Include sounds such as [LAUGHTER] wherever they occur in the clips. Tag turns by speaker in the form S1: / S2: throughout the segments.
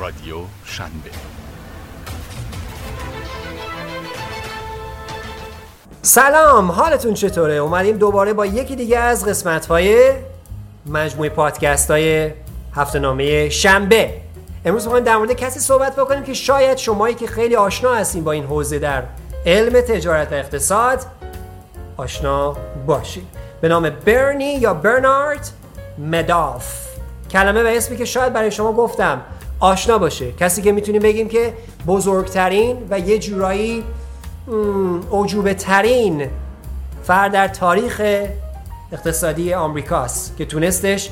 S1: رادیو شنبه
S2: سلام حالتون چطوره؟ اومدیم دوباره با یکی دیگه از قسمت های مجموعه پادکست های هفته نامه شنبه امروز میخوایم در مورد کسی صحبت بکنیم که شاید شمایی که خیلی آشنا هستین با این حوزه در علم تجارت و اقتصاد آشنا باشید به نام برنی یا برنارد مداف کلمه و اسمی که شاید برای شما گفتم آشنا باشه کسی که میتونیم بگیم که بزرگترین و یه جورایی اوجوبه ترین فرد در تاریخ اقتصادی آمریکاست که تونستش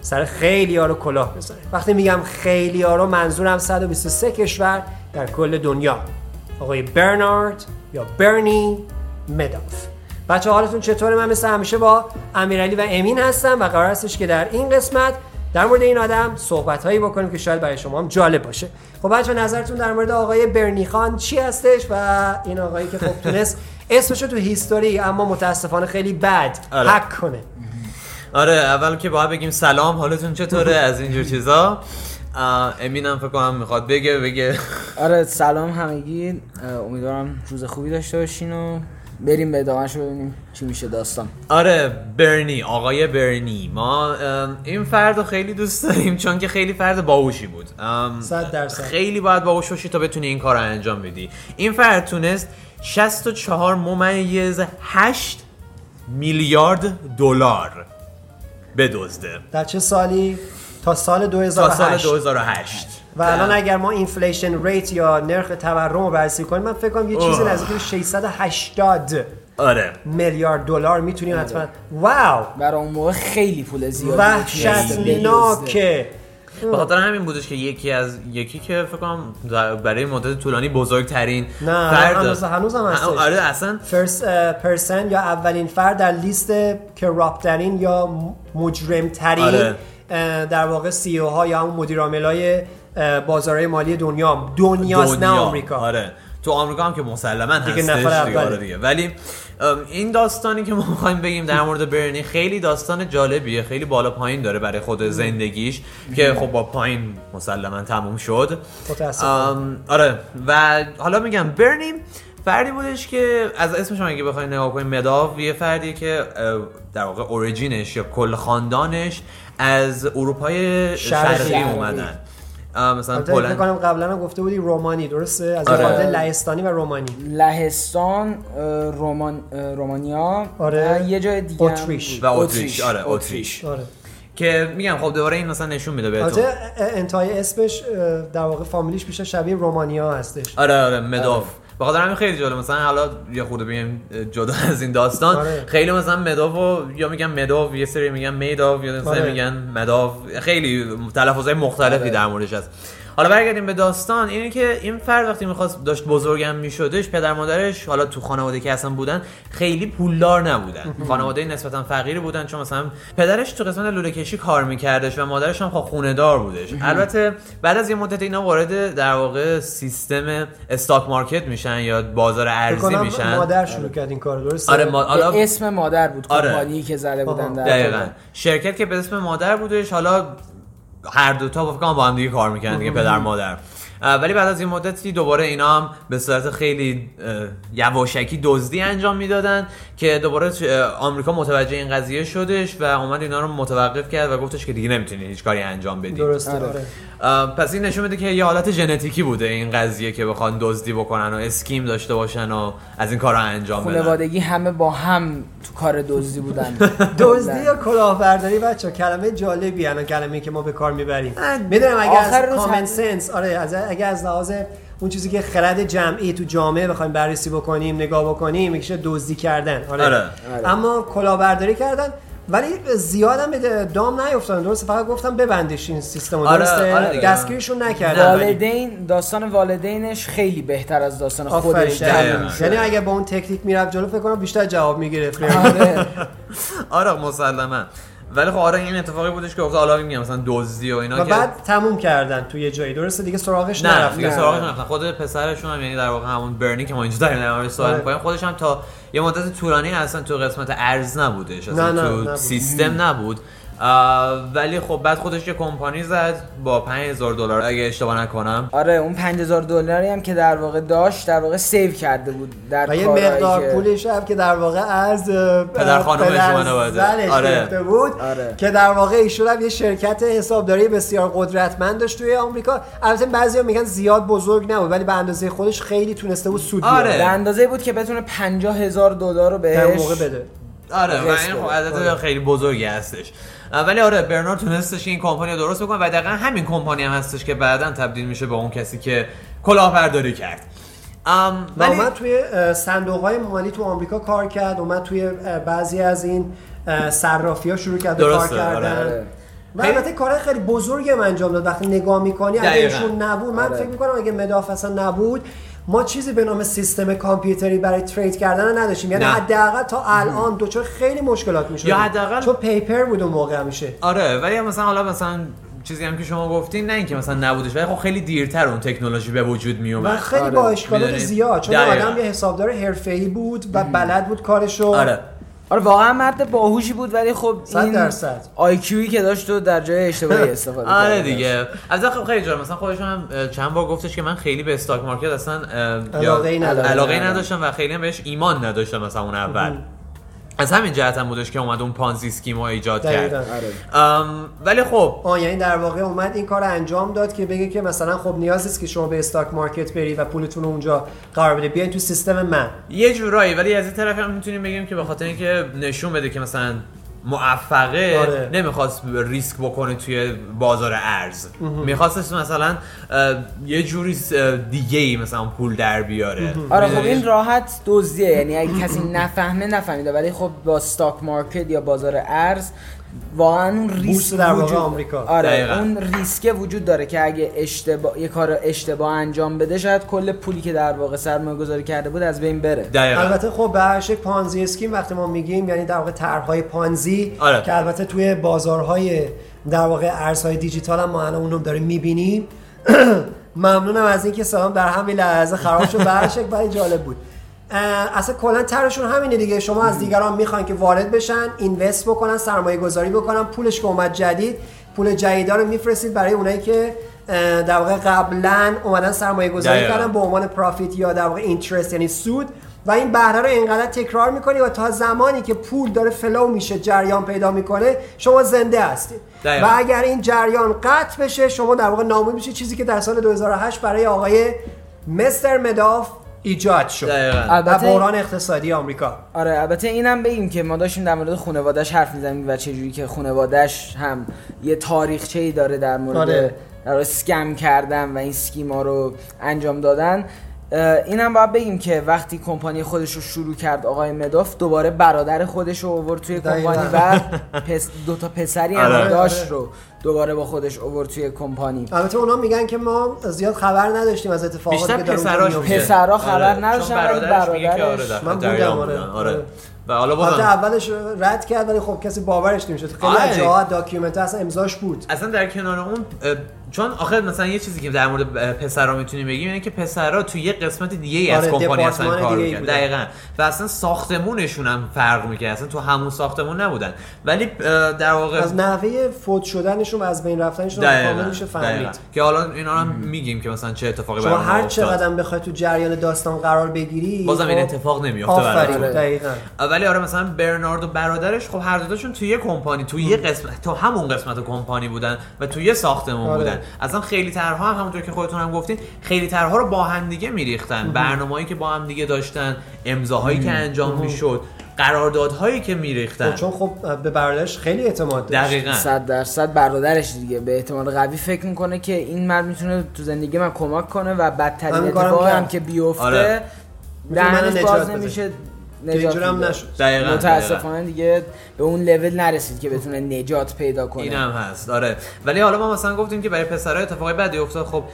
S2: سر خیلی ها رو کلاه بذاره وقتی میگم خیلی ها رو منظورم 123 کشور در کل دنیا آقای برنارد یا برنی مداف بچه حالتون چطوره من مثل همیشه با امیرعلی و امین هستم و قرار هستش که در این قسمت در مورد این آدم صحبت هایی بکنیم که شاید برای شما هم جالب باشه خب بچه نظرتون در مورد آقای برنی خان چی هستش و این آقایی که خب تونست اسمش رو تو هیستوری اما متاسفانه خیلی بد
S3: آره.
S2: حک کنه
S3: آره اول که باید بگیم سلام حالتون چطوره از اینجور چیزا اه، امینم فکر کنم میخواد بگه بگه
S4: آره سلام همگی اه، امیدوارم روز خوبی داشته باشین و بریم به ادامهش ببینیم چی میشه داستان
S3: آره برنی آقای برنی ما ام، این فرد رو خیلی دوست داریم چون که خیلی فرد باهوشی بود ام،
S2: صد درصد.
S3: خیلی باید باهوش باشی تا بتونی این کار رو انجام بدی این فرد تونست 64 ممیز 8 میلیارد دلار بدزده
S2: در چه سالی تا سال
S3: تا سال
S2: 2008
S3: 2008
S2: و الان اگر ما اینفلیشن ریت یا نرخ تورم رو بررسی کنیم من فکر کنم یه چیزی
S3: اوه.
S2: نزدیک به 680
S3: آره
S2: میلیارد دلار میتونیم حتما واو
S4: برای اون موقع خیلی پول زیادی
S2: وحشتناکه
S3: به خاطر همین بودش که یکی از یکی که فکر کنم در- برای مدت طولانی بزرگترین
S2: نه،
S3: فرد
S2: هنوز- هنوزم هستش.
S3: آره اصلا
S2: فرست پرسن یا اولین فرد در لیست کراپترین یا مجرم ترین
S3: آره.
S2: در واقع سی او ها یا همون مدیر عاملای بازارهای مالی دنیا دنیاست نه
S3: دنیا.
S2: آمریکا
S3: آره تو آمریکا هم که مسلما
S2: دیگه
S3: دیگه
S2: نفر
S3: هستش دیگه
S2: اوله.
S3: آره دیگه ولی ام، این داستانی که ما میخوایم بگیم در مورد برنی خیلی داستان جالبیه خیلی بالا پایین داره برای خود زندگیش که خب با پایین مسلما تموم شد
S2: متاسفانه.
S3: ام، آره و حالا میگم برنی فردی بودش که از اسمش هم اگه بخواین نگاه کنیم مداو یه فردیه که اه، در واقع اوریجینش یا کل خاندانش از اروپای
S2: شرقی.
S3: شرقی, اومدن اه، مثلا
S2: البته فکر
S3: پولند
S2: کنم قبلا هم گفته بودی رومانی درسته از
S3: آره.
S2: خاندان لهستانی و رومانی
S4: لهستان اه، رومان اه، رومانیا
S2: آره.
S4: و یه جای دیگه هم
S2: اتریش.
S4: بود.
S3: و اتریش آره اتریش
S2: آره
S3: که میگم خب دوباره این مثلا نشون میده
S2: البته
S3: بهتون
S2: انتهای اسمش اه، در واقع فامیلیش بیشتر شبیه رومانیا هستش
S3: آره آره مداف به خاطر همین خیلی جالب مثلا حالا یه خورده بگیم جدا از این داستان
S2: آره.
S3: خیلی مثلا مداو یا میگن مداو یه سری میگن میداو یا مثلا
S2: آره.
S3: میگن مداو خیلی تلفظهای مختلفی در موردش هست حالا برگردیم به داستان اینه که این فرد وقتی میخواست داشت بزرگم میشدش پدر مادرش حالا تو خانواده که اصلا بودن خیلی پولدار نبودن
S2: [LAUGHS]
S3: خانواده نسبتا فقیری بودن چون مثلا پدرش تو قسمت لوله کشی کار میکردش و مادرش هم خونه دار
S2: [LAUGHS]
S3: بودش البته بعد از یه مدت اینا وارد در واقع سیستم استاک مارکت میشن یا بازار
S2: فکر
S3: ارزی
S2: کنم
S3: میشن
S2: مادر شروع کرد این کار درسته
S3: آره ما... حالا
S4: به اسم مادر بود
S3: آره.
S4: کمپانی که زده بودن در
S3: دقیقا شرکت که به اسم مادر بودش حالا هر دوتا با فکر کنم با هم دیگه کار میکنن دیگه پدر مادر اه، ولی بعد از این مدتی دوباره اینا هم به صورت خیلی اه، یواشکی دزدی انجام میدادن که دوباره اه، آمریکا متوجه این قضیه شدش و اومد اینا رو متوقف کرد و گفتش که دیگه نمیتونی هیچ کاری انجام بدی
S2: درسته
S4: آره.
S2: آره.
S3: اه، پس این نشون میده که یه حالت ژنتیکی بوده این قضیه که بخوان دزدی بکنن و اسکیم داشته باشن و از این کارا انجام بدن
S4: خانوادگی همه با هم تو کار دزدی بودن
S2: [LAUGHS] دزدی
S4: بله.
S2: یا کلاهبرداری بچه کلمه جالبی الان کلمه که ما به کار میبریم میدونم اگه
S4: آخر
S2: از
S4: روز
S2: کامن
S4: هم-
S2: سنس آره از اگه از لحاظ اون چیزی که خرد جمعی تو جامعه بخوایم بررسی بکنیم نگاه بکنیم میشه دزدی کردن آره.
S3: آره.
S2: اما کلاهبرداری کردن ولی زیادم به دام نیافتادن درسته فقط گفتم ببندش این سیستم رو.
S3: آره،
S2: درسته
S3: آره دیگه.
S2: دستگیرشون نکردن
S3: نه، ولی-
S4: والدین داستان والدینش خیلی بهتر از داستان خودش
S2: آفرین
S4: تعریف
S3: دقیقاً.
S4: می‌شه.
S2: یعنی اگه با اون تکنیک میرفت جلو فکر کنم بیشتر جواب میگرفت
S4: آره.
S3: آره مسلما ولی خب آره این اتفاقی بودش که گفته حالا میگم مثلا دزدی و اینا
S2: و
S3: که
S2: بعد تموم کردن توی یه جایی درسته دیگه سراغش
S3: آره. نه
S2: نرفت
S3: دیگه
S4: نه.
S3: سراغش نرفتن خود پسرشون هم یعنی در واقع همون برنی که ما اینجا داریم در مورد
S2: آره.
S3: صحبت می‌کنیم خودش هم تا یه مدت طولانی اصلا تو قسمت ارز نبودش اصلا
S2: نه، نه،
S3: تو
S2: نبود.
S3: سیستم نبود آه، ولی خب بعد خودش یه کمپانی زد با 5000 دلار اگه اشتباه نکنم
S4: آره اون 5000 دلاری هم که در واقع داشت در واقع سیو کرده بود در
S2: و یه
S4: کارهایی
S2: مقدار
S4: که-
S2: پولش هم که در واقع از اه،
S3: پدر خانم
S2: پدر
S3: شما نبوده.
S2: زنش
S3: آره.
S2: گرفته بود
S4: آره.
S2: که در واقع ایشون هم یه شرکت حسابداری بسیار قدرتمند داشت توی آمریکا البته بعضیا میگن زیاد بزرگ نبود ولی به اندازه خودش خیلی تونسته بود سود
S3: آره.
S2: بیاره.
S4: به اندازه بود که بتونه 50000 دلار رو
S2: در اون
S4: بهش
S2: موقع بده
S3: آره و
S4: رس
S3: این خب
S4: داره.
S3: عدد خیلی بزرگی هستش آه، ولی آره برنارد تونستش این کمپانی رو درست بکنه و دقیقا همین کمپانی هم هستش که بعدا تبدیل میشه به اون کسی که کلاهبرداری کرد آم،
S2: و
S3: ولی
S2: اومد توی صندوق های مالی تو آمریکا کار کرد اومد توی اه، بعضی از این صرافی ها شروع کرد به کار
S3: درسته،
S2: کردن
S4: آره.
S2: و البته کار خیلی بزرگی هم انجام داد وقتی نگاه میکنی اگه
S3: دقیقاً.
S2: ایشون نبود من
S4: آره.
S2: فکر میکنم اگه مداف اصلا نبود ما چیزی به نام سیستم کامپیوتری برای ترید کردن نداشتیم یعنی
S3: نه.
S2: حداقل تا الان دوچار خیلی مشکلات میشد
S3: یا حداقل-
S2: چون پیپر بود اون موقع همیشه
S3: آره ولی مثلا حالا مثلا چیزی هم که شما گفتین نه اینکه مثلا نبودش ولی خب خیلی دیرتر اون تکنولوژی به وجود می
S2: و
S3: اومد
S2: خیلی
S4: آره.
S2: با اشکالات
S3: می‌دونی.
S2: زیاد چون
S3: دقیقاً.
S2: آدم یه حسابدار حرفه‌ای بود و بلد بود کارشو
S3: آره
S4: آره واقعا مرد باهوشی بود ولی خب
S2: صد
S4: این
S2: درصد.
S4: آیکیویی که داشت و در
S2: [LAUGHS]
S4: جای اشتباهی استفاده کرد
S3: آره دیگه از خب خیلی جالب مثلا خودشون هم اه، چند بار گفتش که من خیلی به استاک مارکت اصلا اه، یا-
S2: علاقه‌ای ندارم.
S3: علاقه‌ای نداشتم و خیلی هم بهش ایمان نداشتم مثلا اون اول از همین جهت هم بودش که اومد اون پانزی اسکیم رو ایجاد
S2: دقیقاً.
S3: کرد
S4: آره
S3: ام، ولی خب
S2: آه یعنی در واقع اومد این کار رو انجام داد که بگه که مثلا خب نیاز نیست که شما به استاک مارکت بری و پولتون رو اونجا قرار بده بیاین تو سیستم من
S3: یه جورایی ولی از این طرف هم میتونیم بگیم که به خاطر اینکه نشون بده که مثلا موفقه
S2: آره.
S3: نمیخواست ریسک بکنه توی بازار ارز میخواستش مثلا اه، یه جوری دیگه ای مثلا پول در بیاره
S4: آره خب
S3: می‌دونی؟
S4: این راحت دزدیه یعنی اگه کسی نفهمه نفهمیده ولی خب با استاک مارکت یا بازار ارز واقعا اون
S2: بورس
S4: ریسک
S2: در واقع
S4: وجود
S2: آمریکا.
S4: آره
S3: دقیقاً.
S4: اون ریسکه وجود داره که اگه اشتباه یه کار اشتباه انجام بده شاید کل پولی که در واقع سرمایه گذاری کرده بود از بین بره
S3: دقیقاً
S2: البته خب به هر شکل پانزی اسکیم وقتی ما میگیم یعنی در واقع طرحهای پانزی
S3: آره.
S2: که البته توی بازارهای در واقع ارزهای دیجیتال هم ما الان اونم داریم میبینیم [CLEARS THROAT] ممنونم از اینکه سلام در همین لحظه خراب شد به هر شکل ولی جالب بود اه، اصلا کلا طرحشون همینه دیگه شما از دیگران میخوان که وارد بشن اینوست بکنن سرمایه گذاری بکنن پولش که اومد جدید پول جدیدا رو میفرستید برای اونایی که اه، در واقع قبلا اومدن سرمایه گذاری
S3: دقیقاً.
S2: کردن به عنوان پرافیت یا در واقع اینترست یعنی سود و این بهره رو اینقدر تکرار میکنی و تا زمانی که پول داره فلو میشه جریان پیدا میکنه شما زنده هستید
S3: دقیقاً.
S2: و اگر این جریان قطع بشه شما در واقع نابود میشه چیزی که در سال 2008 برای آقای مستر مداف ایجاد شد
S3: دقیقاً
S2: و
S4: البته
S2: بحران اقتصادی آمریکا
S4: آره البته اینم بگیم که ما داشتیم در مورد خانوادهش حرف میزنیم و چجوری که خانوادهش هم یه تاریخچه ای داره در مورد
S2: آره.
S4: در مورد سکم کردن و این سکیما رو انجام دادن اه، اینم باید بگیم که وقتی کمپانی خودش رو شروع کرد آقای مداف دوباره برادر خودش رو اوورد توی
S2: دقیقاً.
S4: کمپانی
S2: [LAUGHS]
S4: و پس دو تا پسری هم
S3: آره.
S4: داشت رو دوباره با خودش اوورد توی کمپانی
S2: البته اونا میگن که ما زیاد خبر نداشتیم از اتفاقاتی که
S3: بیشتر
S2: داره اونجا
S3: پسراش
S2: میفته.
S3: میگه.
S4: پسرها خبر
S3: آره. چون
S4: نداشتن، ولی
S3: برادرش میگه که آره
S4: برادرش-
S3: در
S2: من بودم،
S3: جریان
S2: آره.
S3: بودن. آره
S2: آره.
S3: و حالا
S2: البته
S3: بازم
S2: اولش رد کرد ولی خب کسی باورش نمیشد خیلی
S3: آره.
S2: از جاها داکیومنت اصلا امضاش بود
S3: اصلا در کنار اون اه، چون آخر مثلا یه چیزی که در مورد اه، پسرها میتونیم بگیم اینه که پسرها تو یه قسمت دیگه ای از
S2: آره،
S3: کمپانی اصلا
S2: دپارتمان
S3: کار
S2: دیگه‌ای
S3: می‌کردن
S2: بودن.
S3: دقیقا و اصلا ساختمونشون هم فرق میکرد اصلا تو همون ساختمون نبودن ولی اه، در واقع
S2: از نحوه فوت شدنشون و از بین رفتنشون
S3: دقیقاً،
S2: کامل میشه
S3: دقیقاً.
S2: فهمید
S3: که حالا اینا رو هم میگیم که مثلا چه اتفاقی
S2: شما
S3: برای ما
S2: هر
S3: افتاد
S2: چقدر بخوای تو جریان داستان قرار بگیری
S3: بازم این
S2: خب،
S3: اتفاق نمیفته
S2: آفرین
S3: براتون
S2: دقیقاً
S3: ولی آره مثلا برنارد و برادرش خب هر دوتاشون توی یه کمپانی توی یه قسمت تو همون قسمت کمپانی بودن و توی یه ساختمون
S2: آره.
S3: بودن اصلا خیلی ترها هم همونطور که خودتون هم گفتین خیلی ترها رو با هم دیگه میریختن برنامه‌ای که با هم دیگه داشتن امضاهایی که انجام میشد قراردادهایی که
S2: خب،
S3: میریختن
S2: چون خب به برادرش خیلی اعتماد داشت
S3: دقیقاً
S4: صد درصد برادرش دیگه به احتمال قوی فکر میکنه که این مرد میتونه تو زندگی من کمک کنه و بدترین
S2: همین کارم
S4: اتفاق
S2: کرد.
S4: هم که بیفته
S3: آره.
S2: میتونه منو
S4: دهنش
S2: نجات
S4: باز
S2: بده.
S4: نمیشه
S2: که
S4: نجات
S2: اینجور هم
S4: میده.
S2: نشد
S3: دقیقاً، دقیقاً.
S4: متاسفانه دیگه به اون لول نرسید که بتونه نجات پیدا کنه
S3: این هم هست آره ولی حالا ما مثلا گفتیم که برای پسرها اتفاقی بدی افتاد خب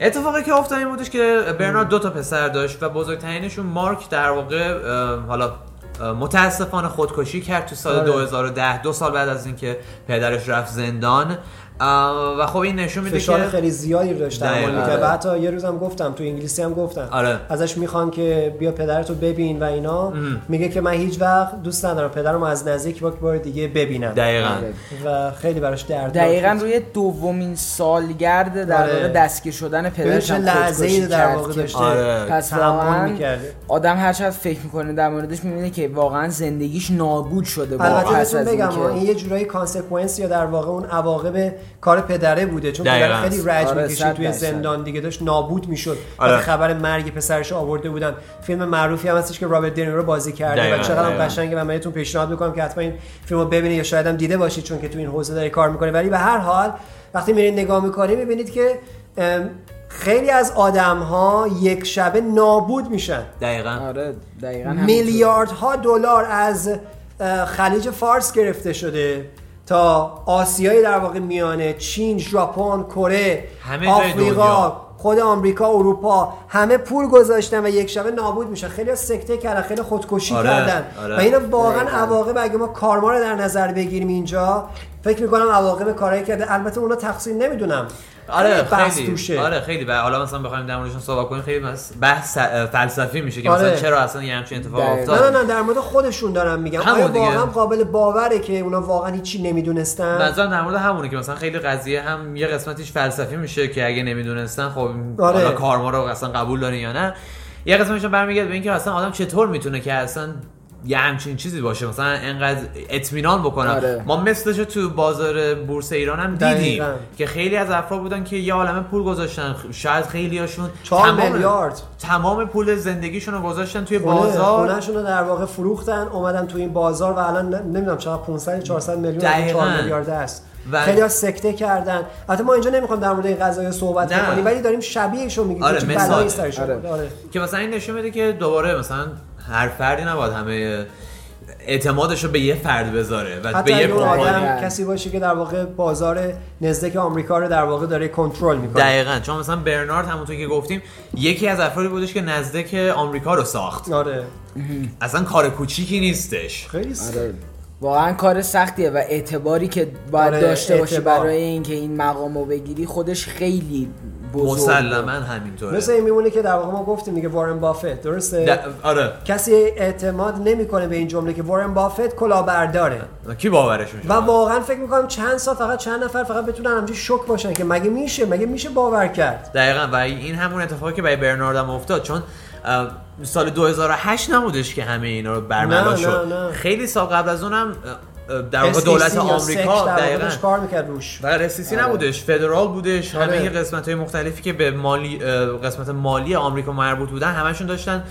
S3: اتفاقی که افتاد این بودش که برنارد دو تا پسر داشت و بزرگترینشون مارک در واقع اه، حالا اه، متاسفانه خودکشی کرد تو سال
S2: آره.
S3: 2010 دو سال بعد از اینکه پدرش رفت زندان اه، و خب این نشون میده
S2: فشار
S3: که
S2: خیلی زیادی روش تحمل
S3: دقیقاً.
S2: میکرد و حتی یه روزم گفتم تو انگلیسی هم گفتم
S3: آره.
S2: ازش میخوان که بیا پدرتو ببین و اینا میگه که من هیچ وقت دوست ندارم پدرم از نزدیک یک بار دیگه ببینم
S3: دقیقا
S2: آره. و خیلی براش درد
S4: دقیقا روی دومین سالگرد در
S2: آره.
S4: واقع دستگیر شدن پدرش
S2: چه
S4: هم
S2: لحظه‌ای
S4: خودکشی
S2: در
S4: کرد
S2: واقع
S4: که-
S2: داشته
S3: آره.
S4: پس
S2: تحمل
S4: واقعا
S2: می‌کرده.
S4: آدم هر چقدر فکر میکنه در موردش میبینه که واقعا زندگیش نابود شده با
S2: البته
S4: پس
S2: بهتون
S4: از
S2: بگم
S4: اینکه-
S2: این, یه جورایی کانسکونس یا در واقع اون عواقب کار پدره بوده چون
S3: دقیقاً.
S2: پدر خیلی رج
S4: آره،
S2: میکشید
S4: صد
S2: توی
S4: درصد.
S2: زندان دیگه داشت نابود میشد
S3: آره.
S2: آره. خبر مرگ پسرش رو آورده بودن فیلم معروفی هم هستش که رابرت دنیرو بازی کرده
S3: دقیقاً،
S2: و چقدر هم
S3: دقیقاً.
S2: قشنگه و من بهتون پیشنهاد میکنم که حتما این فیلم رو ببینید یا شاید هم دیده باشید چون که تو این حوزه داره کار میکنه ولی به هر حال وقتی میرین نگاه میکنید میبینید که ام، خیلی از آدم ها یک شبه نابود میشن
S3: دقیقا
S4: آره دقیقا همینطور.
S2: میلیاردها دلار از اه، خلیج فارس گرفته شده تا آسیای در واقع میانه چین، ژاپن، کره،
S3: همه جای دنیا.
S2: آفریقا، خود آمریکا، اروپا همه پول گذاشتن و یک شبه نابود میشن. خیلی سکته کردن، خیلی خودکشی
S3: آره،
S2: کردن.
S3: آره.
S2: و اینا واقعا عواقب اگه ما کارما رو در نظر بگیریم اینجا فکر میکنم عواقب کارایی کرده البته اونا تقصیر نمیدونم
S3: آره
S2: بحث
S3: خیلی
S2: توشه.
S3: آره خیلی و حالا مثلا بخوایم در موردشون صحبت کنیم خیلی بس- بحث اه، فلسفی میشه که
S2: آره.
S3: مثلا چرا اصلا یه همچین اتفاق
S4: دقیقاً.
S3: افتاد
S2: نه نه نه در مورد خودشون دارم میگم
S3: همون
S2: آیا
S3: دیگه.
S2: واقعا قابل باوره که اونا واقعا هیچی نمیدونستن
S3: نظرم در مورد همونه که مثلا خیلی قضیه هم یه قسمتیش فلسفی میشه که اگه نمیدونستن خب
S2: آره.
S3: حالا کارما رو اصلا قبول داره یا نه یه قسمتش هم برمیگرده به اینکه اصلا آدم چطور میتونه که اصلا یه همچین چیزی باشه مثلا انقدر اطمینان بکنم
S4: آره.
S3: ما مثلش رو تو بازار بورس ایران هم دیدیم
S2: دقیقاً.
S3: که خیلی از افراد بودن که یه عالمه پول گذاشتن شاید خیلیاشون
S2: چهار میلیارد. آره، خب
S3: تمام پول زندگیشون رو گذاشتن توی
S2: خونه-
S3: بازار
S2: خونه‌شون رو در واقع فروختن اومدن تو این بازار و الان ن- نمیدونم چقدر 500 400 میلیون از این
S3: دقیقاً.
S2: 4 میلیارد است
S3: و-
S2: خیلی ها سکته کردن البته ما اینجا نمیخوام در مورد این قضايا صحبت
S3: نه.
S2: کنیم ولی داریم شبیهش رو میگیم
S3: آره،
S2: چه
S3: مثاله.
S2: بلایی سرشون
S4: آره.
S2: بود. آره.
S3: که مثلا این نشون میده که دوباره مثلا هر فردی نباید همه اعتمادش رو به یه فرد بذاره و به
S2: حتی
S3: یه
S2: اگه اون
S3: کمپانی
S2: آدم
S4: کمپانی.
S2: کسی باشه که در واقع بازار نزدک آمریکا رو در واقع داره کنترل میکنه
S3: دقیقا چون مثلا برنارد همونطور که گفتیم یکی از افرادی بودش که نزدک آمریکا رو ساخت
S2: آره
S3: اصلا کار کوچیکی نیستش
S2: خیلی س-
S4: آره. واقعا کار سختیه و اعتباری که باید
S2: آره،
S4: داشته باشی
S2: اعتبار.
S4: برای اینکه این مقام رو بگیری خودش خیلی بزرگ
S3: مسلما همینطوره
S2: مثل این میمونه که در واقع ما گفتیم دیگه وارن بافت درسته
S3: د- آره
S2: کسی اعتماد نمیکنه به این جمله که وارن بافت کلاهبرداره
S3: کی باورش میشه
S2: و واقعا فکر میکنم چند سال فقط چند نفر فقط بتونن همچین شوک باشن که مگه میشه مگه میشه باور کرد
S3: دقیقا و این همون اتفاقی که برای برنارد هم افتاد چون اه، سال 2008 نبودش که همه اینا رو برملا
S2: نه،
S3: شد
S2: نه، نه.
S3: خیلی سال قبل از اونم اه، اه، در واقع دولت
S2: SEC یا SEC
S3: آمریکا
S2: در واقع
S3: دقیقا
S2: داشت کار میکرد روش
S3: و رسیسی نبودش فدرال بودش
S2: آره.
S3: همه قسمت های مختلفی که به مالی اه، قسمت مالی آمریکا مربوط بودن همشون داشتن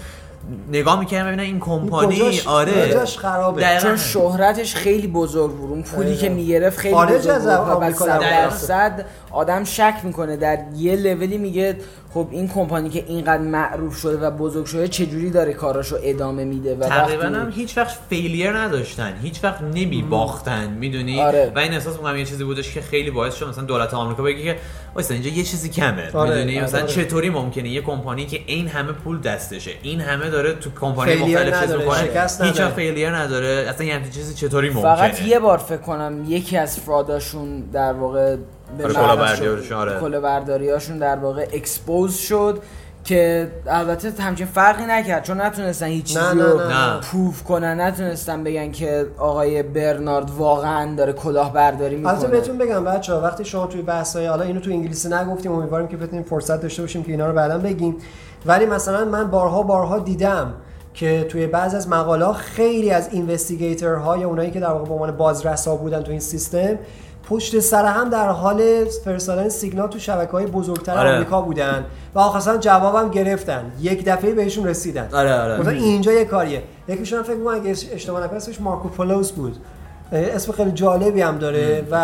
S3: نگاه میکردن ببینن این کمپانی
S2: کجاش-
S3: آره
S2: کجاش خرابه؟
S3: دقیقاً.
S4: چون شهرتش خیلی بزرگ بود اون پولی
S2: دقیقاً.
S4: که میگرفت خیلی
S2: خارج
S4: بزرگ
S2: از
S4: بود و بعد
S2: آمریکا
S4: صد
S3: دقیقاً.
S4: درصد آدم شک میکنه در یه لولی میگه خب این کمپانی که اینقدر معروف شده و بزرگ شده چجوری داره کاراشو ادامه میده و
S3: تقریبا
S4: وقتی-
S3: هم هیچ وقت فیلیر نداشتن هیچ وقت نمی باختن میدونی
S4: آره.
S3: و این احساس میکنم یه چیزی بودش که خیلی باعث شد مثلا دولت آمریکا بگه که واسه اینجا یه چیزی کمه
S2: آره،
S3: میدونی
S2: آره،
S3: مثلا
S2: آره.
S3: چطوری ممکنه یه کمپانی که این همه پول دستشه این همه داره تو کمپانی
S2: فیلیر
S3: مختلف چیز
S2: نداره،
S3: میکنه
S2: شکست
S3: هیچ وقت
S2: نداره.
S3: فیلیر نداره اصلا یه همچین چیزی چطوری ممکنه
S4: فقط یه بار فکر کنم یکی از فراداشون در واقع به
S3: آره،
S4: معنی
S3: کلاهبرداریاشون،
S4: شد.
S3: آره.
S4: کلاهبرداریاشون در واقع اکسپوز شد که البته همچین فرقی نکرد چون نتونستن هیچ چیزی
S2: نه، نه،
S4: رو
S3: نه.
S4: پوف کنن نتونستن بگن که آقای برنارد واقعا داره کلاهبرداری
S2: البته
S4: میکنه
S2: بهتون بگم بچه وقتی شما توی بحث های حالا اینو تو انگلیسی نگفتیم امیدوارم که بتونیم فرصت داشته باشیم که اینا رو بعدا بگیم ولی مثلا من بارها بارها دیدم که توی بعض از مقاله خیلی از اینوستیگیتور های اونایی که در واقع به عنوان بازرسا بودن تو این سیستم پشت سر هم در حال فرستادن سیگنال تو شبکه های بزرگتر
S3: آره.
S2: آمریکا بودن و آخرسان جوابم گرفتن یک دفعه بهشون رسیدن
S3: آره، آره.
S2: گفتن اینجا یه کاریه یکیشون هم فکر کنم اگه اشتباه نکنم اسمش مارکو پولوس بود اه، اسم خیلی جالبی هم داره و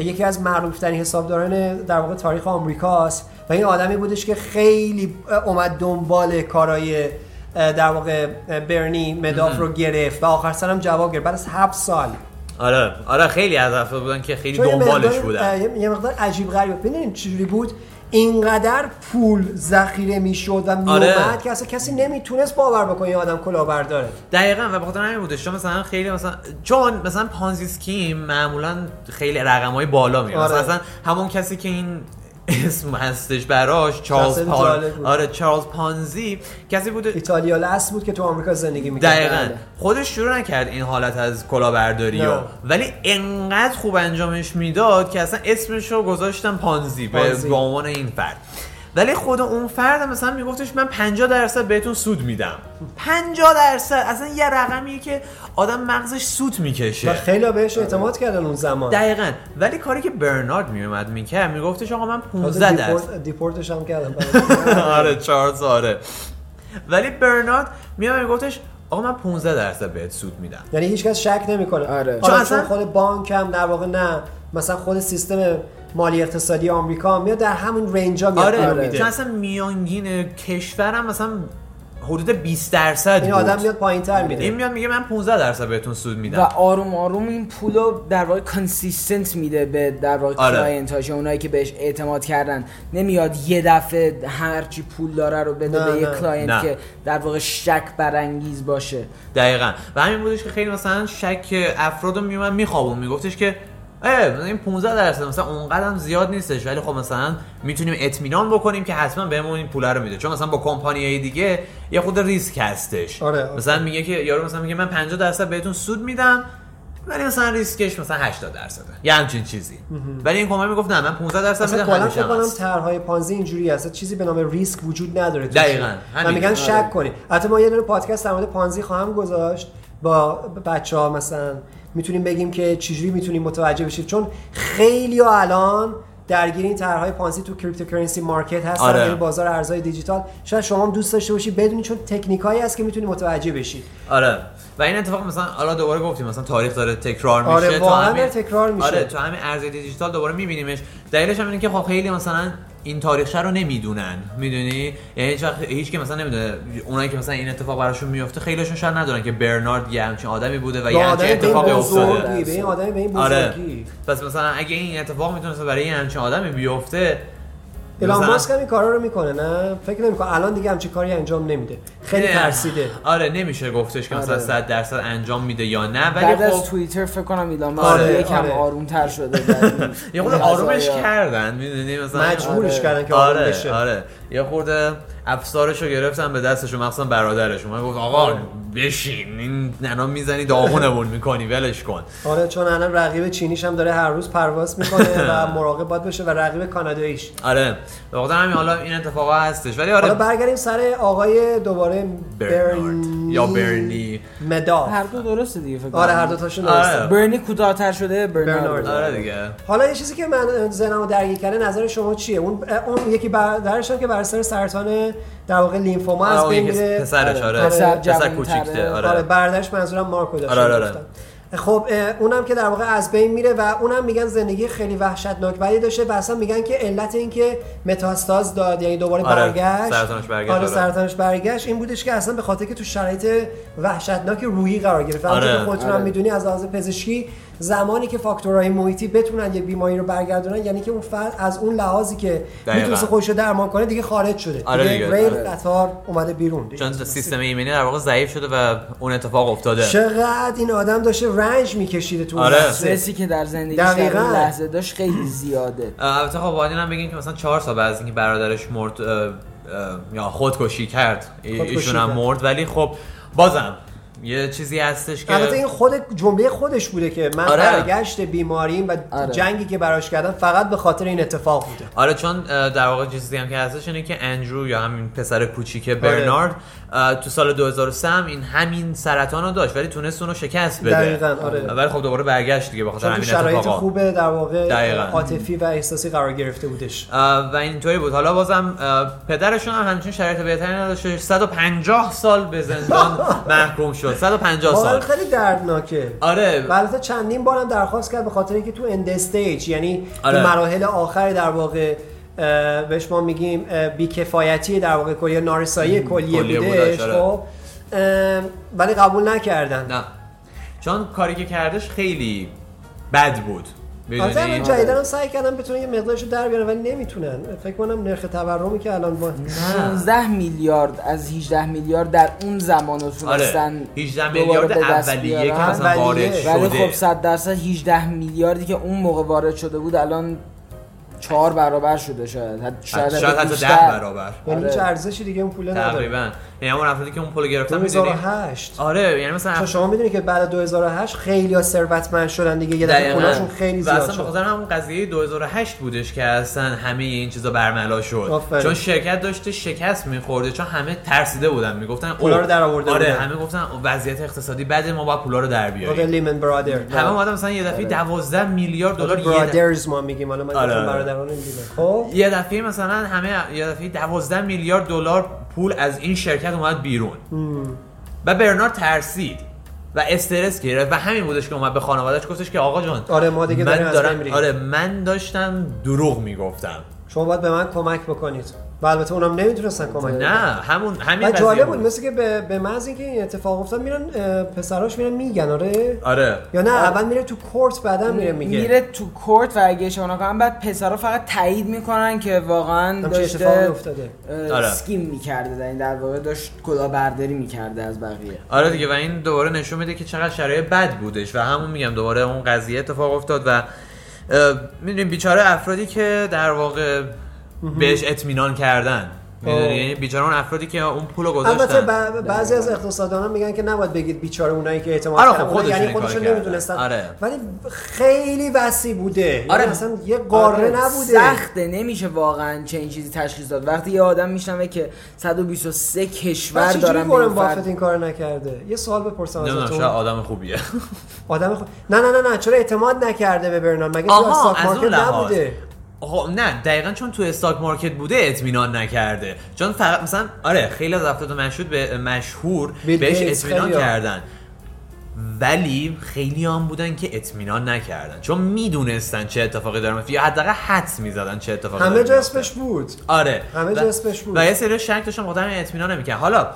S2: یکی از معروف ترین حسابداران در واقع تاریخ آمریکاست و این آدمی بودش که خیلی اه، اومد دنبال کارای اه، در واقع اه، برنی مداف رو گرفت و آخر سرم جواب گرفت بعد از هفت سال
S3: آره آره خیلی از افراد بودن که خیلی
S2: چون یه
S3: دنبالش
S2: مقدار-
S3: بودن
S2: اه، یه- یه مقدار عجیب غریب ببینید چجوری بود اینقدر پول ذخیره میشد و میومد
S3: آره.
S2: که اصلا کسی نمیتونست باور بکنه یه آدم کلاهبرداره
S3: دقیقا و بخاطر همین بودش چون مثلا خیلی مثلا چون مثلا پانزی اسکیم معمولا خیلی رقم های بالا میره
S2: آره.
S3: مثلا مثلا همون کسی که این اسم هستش براش چارلز
S2: جالب
S3: پان...
S2: بود.
S3: آره چارلز پانزی کسی بوده
S2: ایتالیا لس بود که تو آمریکا زندگی میکرد
S3: دقیقا
S4: بله.
S3: خودش شروع نکرد این حالت از کلاهبرداری و
S2: نه.
S3: ولی انقدر خوب انجامش میداد که اصلا اسمش رو گذاشتم پانزی به
S2: پانزی.
S3: به عنوان این فرد ولی خود اون فرد هم مثلا میگفتش من 50 درصد بهتون سود میدم 50 درصد اصلا یه رقمیه که آدم مغزش سود
S2: و
S3: میکشه
S2: خیلی بهش اعتماد کردن اون زمان
S3: دقیقا ولی کاری که برنارد میومد میکرد میگفتش آقا من
S2: تازه
S3: 15 درصد
S2: دیپورت- دیپورتش هم کردم
S3: [LAUGHS] آره چارلز آره ولی برنارد میام میگفتش آقا من 15 درصد بهت سود میدم
S2: یعنی هیچکس شک نمیکنه
S4: آره.
S2: چون
S3: چون
S2: اصلا
S3: اصلا-
S2: خود بانک هم در واقع نه مثلا خود سیستم مالی اقتصادی آمریکا هم میاد در همون رنجا میاد
S3: آره,
S2: پول
S4: آره.
S2: میده.
S3: چون اصلا میانگین کشورم مثلا حدود 20 درصد
S2: این
S3: بود.
S2: آدم میاد پایین تر
S3: این
S2: میده
S3: میاد میگه من 15 درصد بهتون سود
S4: و
S3: میدم
S4: آروم آروم این پول رو در واقع کنسیستنت میده به در واقع
S3: آره.
S4: کلاینتاش یا اونایی که بهش اعتماد کردن نمیاد یه دفعه هرچی پول داره رو بده
S2: نه،
S4: به یه
S2: نه.
S4: کلاینت
S3: نه.
S4: که در واقع شک برانگیز باشه
S3: دقیقا و همین بودش که خیلی مثلا شک افراد رو میومد میخوابون میگفتش که اه مثلا این 15 درصد مثلا اونقدر هم زیاد نیستش ولی خب مثلا میتونیم اطمینان بکنیم که حتما بهمون این پوله رو میده چون مثلا با کمپانیای دیگه یه خود ریسک هستش
S2: آره، آره.
S3: مثلا میگه که یارو مثلا میگه من 50 درصد بهتون سود میدم ولی مثلا ریسکش مثلا 80 درصده یه همچین چیزی ولی این کمپانی میگفت نه من 15 درصد
S2: اصلا خب
S3: میدم
S2: کلا
S3: همیشه
S2: فکر
S3: هم
S2: کنم
S3: هست.
S2: طرحهای پانزی اینجوری هست اصلا چیزی به نام ریسک وجود نداره توش.
S3: دقیقاً.
S2: و
S3: همین.
S2: میگن
S3: آره.
S2: شک کنی البته ما یه دونه پادکست در مورد پانزی خواهم گذاشت با بچه ها مثلا میتونیم بگیم که چجوری میتونیم متوجه بشیم چون خیلی الان درگیر این طرحهای پانزی تو کریپتوکرنسی مارکت هستن
S3: آره.
S2: یعنی بازار ارزهای دیجیتال شاید شما هم دوست داشته باشی بدونی چون تکنیکایی هست که میتونی متوجه بشی
S3: آره و این اتفاق مثلا حالا دوباره گفتیم مثلا تاریخ داره تکرار میشه
S2: آره،
S3: تو
S2: واقعا
S3: همین-
S2: داره تکرار میشه.
S3: آره تو همین ارز دیجیتال دوباره میبینیمش دلیلش هم اینه که خب خیلی مثلا این تاریخچه رو نمیدونن میدونی یعنی هیچ وقت هیچ که مثلا نمیدونه اونایی که مثلا این اتفاق براشون میفته خیلیشون شاید ندونن که برنارد یه همچین آدمی بوده و
S2: به
S3: یه
S2: آدم
S3: همچین
S2: به این
S3: اتفاقی افتاده
S2: بزرگی به این آدم به این
S3: آره
S2: بزرگی
S3: پس مثلا اگه این اتفاق میتونسته برای این همچین آدمی بیفته
S2: الان
S3: مثلا-
S2: ماسک هم این کارا رو میکنه نه فکر نمیکنه الان دیگه همچین کاری انجام نمیده خیلی
S3: نه.
S2: ترسیده
S3: آره نمیشه گفتش که مثلا
S4: آره.
S3: 100 درصد انجام میده یا نه ولی
S4: بعد
S3: خب
S4: از توییتر فکر کنم ایلان ماسک
S2: آره،
S4: یکم
S2: آره.
S4: آرومتر شده در این-
S3: یه خود
S4: این
S3: آرومش
S4: قضایا.
S3: کردن میدونی مثلا
S2: مجبورش
S4: آره.
S2: کردن که آروم
S3: آره
S2: بشه
S3: آره یه خورده افسارش رو گرفتن به دستش و مخصوصا برادرش من گفت آقا بشین این ننا میزنی داغونمون میکنی ولش کن
S2: آره چون الان رقیب چینیش هم داره هر روز پرواز
S3: [LAUGHS]
S2: میکنه و مراقب باید بشه و رقیب کاناداییش
S3: آره به خاطر همین حالا این اتفاقا هستش ولی آره
S2: حالا برگردیم سر آقای دوباره
S3: برنارد.
S2: برنی-
S3: یا برنی.
S2: مداف
S4: هر دو درسته دیگه فکر
S2: آره
S4: کنم.
S2: هر دو تاشون
S3: آره.
S2: درسته
S4: برنی کوتاه‌تر شده
S2: برنارد.
S4: برنارد
S3: آره دیگه
S2: حالا یه چیزی که من ذهنمو درگیر کرده نظر شما چیه اون اون یکی برادرش هم که بر سر سرطان در واقع لیمفوما
S3: آره،
S2: از
S3: اون
S2: بین
S3: یکی
S2: میره
S3: پسرش آره
S4: پسر
S3: پسر
S4: جوان‌تره.
S3: کوچیکته
S2: آره,
S3: آره
S2: برادرش منظورم مارکو داشت
S3: آره، آره، آره.
S2: می‌گفتم. خب اه، اونم که در واقع از بین میره و اونم میگن زندگی خیلی وحشتناک ولی داشته و اصلا میگن که علت این که متاستاز داد یعنی دوباره
S3: آره،
S2: برگشت
S3: سرطانش برگشت،
S2: آره
S3: آره.
S2: سرطانش برگشت این بودش که اصلا به خاطر که تو شرایط وحشتناک روحی قرار گرفت
S3: آره،
S2: آره. خودتون هم
S4: آره.
S2: میدونی از لحاظ پزشکی زمانی که فاکتورهای محیطی بتونن یه بیماری رو برگردونن یعنی که اون فرد از اون لحاظی که
S3: دقیقاً.
S2: میتونست خودش رو درمان کنه دیگه خارج شده
S3: آره دیگه،
S2: ریل
S3: آره.
S2: قطار اومده بیرون
S3: چون سیستم ایمنی در واقع ضعیف شده و اون اتفاق افتاده
S2: چقدر این آدم داشته رنج میکشیده تو اون
S3: بله. آره.
S2: لحظه.
S4: استرسی که در زندگیش
S2: دقیقاً.
S4: در اون لحظه داشت خیلی زیاده
S3: البته خب باید این هم بگیم که مثلا چهار سال بعد از اینکه برادرش مرد اه، اه، یا خودکشی کرد ای-
S2: خودکشی
S3: ایشون هم
S2: کرد.
S3: مرد ولی خب بازم یه چیزی هستش که
S2: البته این خود جمله خودش بوده که من
S3: آره.
S2: برگشت بیماریم و
S4: آره.
S2: جنگی که براش کردم فقط به خاطر این اتفاق بوده
S3: آره چون اه، در واقع چیزی هم که هستش اینه که اندرو یا همین پسر کوچیک برنارد اه، تو سال 2003 هم این همین سرطان رو داشت ولی تونست اون رو شکست بده
S2: دقیقاً، آره.
S3: ولی خب دوباره برگشت دیگه بخاطر
S2: چون تو
S3: همین
S2: شرایط
S3: اتفاقا
S2: خوبه در واقع
S3: دقیقاً.
S2: عاطفی و احساسی قرار گرفته بودش
S3: اه، و اینطوری بود حالا بازم اه، پدرشون هم همچین شرایط بهتری نداشت 150 سال به زندان
S4: [LAUGHS]
S3: محکوم شد 150
S2: واقعا
S3: سال
S2: خیلی دردناکه
S3: آره
S2: و البته چندین بارم درخواست کرد به خاطر اینکه تو اند استیج یعنی
S3: آره.
S2: تو مراحل آخر در واقع اه، بهش ما میگیم اه، بیکفایتی در واقع کلیه نارسایی کلیه
S3: کلیه
S2: بودش
S3: بودش، آره.
S2: خب اه، ولی قبول نکردن
S3: نه چون کاری که کردش خیلی بد بود
S2: البته
S3: میدونی آره.
S2: من جدیدا هم سعی کردم بتونن یه مقدارشو در بیارن ولی نمیتونن فکر کنم نرخ تورمی که الان با
S3: نه.
S4: 16 میلیارد از 18 میلیارد در اون زمان رو
S3: آره
S4: تونستن
S3: 18
S4: دوباره
S3: میلیارد
S4: به دست
S3: اولیه که
S4: بیارن.
S3: اصلا
S2: اولیه.
S3: وارد
S4: ولی
S3: شده
S4: خب 100 درصد 18 میلیاردی که اون موقع وارد شده بود الان چهار برابر شده شاید حد-
S3: شاید
S4: شاید,
S3: حتی 10
S4: بیشتر.
S3: برابر
S2: یعنی
S4: آره.
S2: هیچ ارزشی دیگه اون پول نداره
S3: تقریبا یعنی اون افرادی که اون پول گرفتن میدونی
S2: 2008
S3: آره یعنی مثلا
S2: چون شما میدونید که بعد از 2008 خیلی ها ثروتمند شدن دیگه یه دفعه
S3: دقیقاً.
S2: پولاشون خیلی
S3: و
S2: زیاد
S3: اصلا
S2: شد
S3: بخاطر همون قضیه 2008 بودش که اصلا همه این چیزا برملا شد
S2: آفرین.
S3: چون شرکت داشته شکست میخورده چون همه ترسیده بودن میگفتن اوه،
S2: پولا رو در آورده
S3: آره
S2: بودن.
S3: همه گفتن وضعیت اقتصادی بده ما باید پولا رو در
S2: آقای
S3: بیاریم
S2: لیمن
S3: همه
S2: برادر
S3: اومدن مثلا یه
S2: آره.
S3: دفعه 12 میلیارد دلار یه دفعه
S2: برادرز ما میگیم حالا من
S3: آره.
S2: گفتم برادران لیمن خب
S3: یه دفعه مثلا همه یه دفعه 12 میلیارد دلار پول از این شرکت اومد بیرون و برنارد ترسید و استرس گرفت و همین بودش که اومد به خانوادهش گفتش که آقا جان
S2: آره، ما دیگه داریم
S3: من
S2: از بین
S3: دارم
S2: میریم.
S3: آره من داشتم دروغ میگفتم
S2: شما باید به من کمک بکنید و البته اونم نمیتونستن کمک
S3: نه
S2: بکنن.
S3: همون همین
S2: و
S3: قضیه
S2: آره. جالب بود مثل که به به محض اینکه این اتفاق افتاد میرن اه، پسراش میرن میگن آره
S3: آره
S2: یا نه اول میره تو کورت بعدا میره میگه
S4: میره تو کورت و اگه شما کنن بعد پسرا فقط تایید میکنن که واقعا
S2: همچین خب اتفاقی
S4: داشته
S2: افتاده
S4: اه،
S3: آره.
S4: سکیم میکرده در این در واقع داشت کلاهبرداری میکرده از بقیه
S3: آره دیگه و این دوباره نشون میده که چقدر شرایط بد بودش و همون میگم دوباره اون قضیه اتفاق افتاد و میدونیم بیچاره افرادی که در واقع بهش اطمینان کردن میدونی یعنی بیچاره اون افرادی که اون پولو
S2: خب. البته
S3: گذاشتن یعنی
S2: ب- بعضی از اقتصاددانا میگن که نباید بگید بیچاره اونایی که اعتماد
S3: آره، خب
S2: کردن، اونا
S3: خودشون
S2: یعنی
S3: این کارو
S2: خودشون
S3: کردن.
S2: نمیدونستن
S3: آره.
S2: ولی خیلی وسیع بوده
S3: آره.
S2: آره اصلا یه قاره
S4: آره،
S2: نبوده
S4: سخته نمیشه واقعا چه این چیزی تشخیص داد وقتی یه آدم میشنوه که 123 کشور
S2: بعد چجوری
S4: دارن به
S2: وارن
S4: این فرد-
S2: بافت این کار نکرده یه سوال بپرسم
S3: نمیدونم شاید
S2: ازتون
S3: آدم خوبیه
S2: آدم خود... نه نه نه نه چرا اعتماد نکرده به برنامه مگه تو
S3: آها
S2: استاک
S3: از اون
S2: مارکت
S3: لحاظ
S2: نبوده
S3: خب نه دقیقا چون تو استاک مارکت بوده اطمینان نکرده چون فقط مثلا آره خیلی از افراد مشهور به مشهور
S2: بیل
S3: بهش
S2: گیتس،
S3: اطمینان
S2: خیلی‌ها.
S3: کردن ولی خیلی هم بودن که اطمینان نکردن چون میدونستن چه اتفاقی داره میفته یا حداقل حدس میزدن چه اتفاقی
S2: همه
S3: داره
S2: جا
S3: میفته.
S2: اسمش بود
S3: آره
S2: همه جا
S3: و-
S2: اسمش بود.
S3: و یه سری شک داشتم آدم اطمینان نمیکرد حالا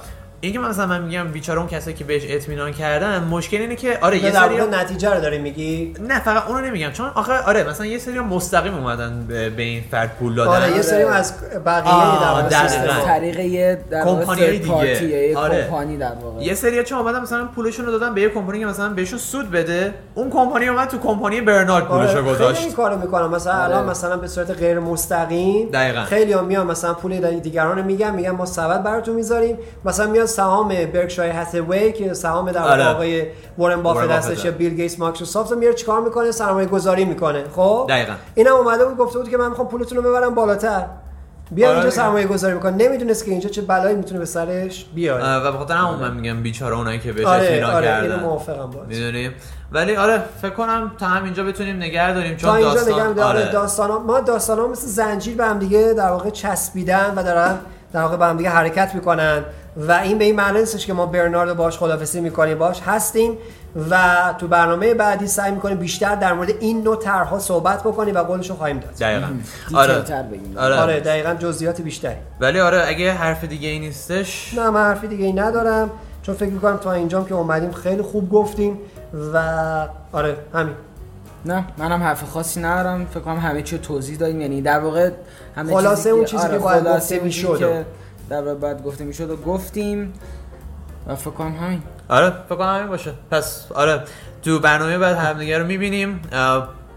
S3: اینکه من مثلا من میگم بیچاره اون کسایی که بهش اطمینان کردن مشکل اینه که آره
S2: یه
S3: یه سری
S2: نتیجه رو داری میگی
S3: نه فقط اونو نمیگم چون آخه آره مثلا یه سری مستقیم اومدن به, به این فرد پول دادن
S2: آره یه سری از بقیه
S3: آه،
S2: در واقع
S3: دقیقاً.
S2: سیستم
S4: از
S2: ها.
S4: طریق یه در
S3: کمپانیای
S4: واقع
S3: دیگه.
S4: پارتیه یه
S3: آره.
S4: کمپانی در واقع
S3: یه سری چون اومدن مثلا پولشون رو دادن به یه کمپانی که مثلا بهشون سود بده اون کمپانی اومد تو کمپانی برنارد پولشو
S2: آره، خیلی
S3: گذاشت
S2: این کارو میکنم مثلا
S4: آره.
S2: الان مثلا به صورت غیر مستقیم
S3: دقیقاً.
S2: خیلی ها میان مثلا پول دادن دیگران رو میگن میگن ما سبد براتون میذاریم مثلا میاد سهام برکشایر هاتوی که سهام در
S3: آره.
S2: واقع آقای وارن
S3: وارن
S2: بافت
S3: بافت.
S2: هستش یا بیل گیتس مایکروسافت رو میاره چیکار میکنه سرمایه گذاری میکنه خب
S3: دقیقاً.
S2: اینم اومده بود گفته بود که من میخوام پولتون رو ببرم بالاتر بیا
S3: آره،
S2: اینجا
S3: دیگه.
S2: سرمایه گذاری میکنه نمیدونست که اینجا چه بلایی میتونه به سرش بیاره
S3: اه، و بخاطر همون من میگم بیچاره اونایی که بهش
S2: آره
S3: اطمینان
S2: آره اینو
S3: کردن
S2: موافقم باهات.
S3: میدونی ولی آره فکر کنم تا همینجا بتونیم نگه داریم چون
S2: تا اینجا
S3: داستان
S2: نگم
S3: آره.
S2: آره. داستان ها ما داستان ها مثل زنجیر به هم دیگه در واقع چسبیدن و دارن در واقع به هم دیگه حرکت میکنن و این به این معنی نیستش که ما برناردو باش خدافسی میکنیم باش هستیم و تو برنامه بعدی سعی میکنیم بیشتر در مورد این نوع طرحها صحبت بکنیم و قولشو خواهیم داد
S3: دقیقاً
S4: دیتیل‌تر بگیم.
S3: آره.
S2: آره
S3: آره
S2: دقیقا جزئیات بیشتری
S3: ولی آره اگه حرف دیگه ای نیستش
S2: نه من حرفی دیگه ای ندارم چون فکر میکنم تا اینجام که اومدیم خیلی خوب گفتیم و آره همین
S4: نه منم حرف خاصی ندارم فکر کنم همه چی رو توضیح دادیم یعنی در واقع همه آره،
S2: خلاصه اون چیزی که باید
S4: خلاصه
S2: گفته
S4: اون چیزی
S2: می‌شد.
S4: که در واقع باید گفته میشد و گفتیم و فکر کنم همین
S3: آره فکر کنم همین باشه پس آره تو برنامه بعد همدیگه رو میبینیم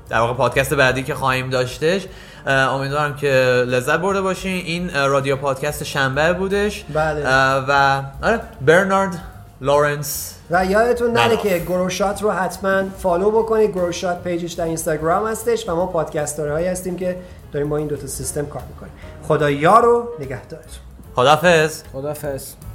S3: در واقع پادکست بعدی که خواهیم داشتش اه، امیدوارم که لذت برده باشین این اه، رادیو پادکست شنبه بودش
S2: بله.
S3: اه، و آره برنارد لورنس
S2: و یادتون
S3: نه.
S2: نره که گروشات رو حتما فالو بکنید گروشات پیجش در اینستاگرام هستش و ما پادکستر هایی هستیم که داریم با این دوتا سیستم کار میکنیم خدا یار و نگهدارتون
S3: خدافظ
S4: خدافظ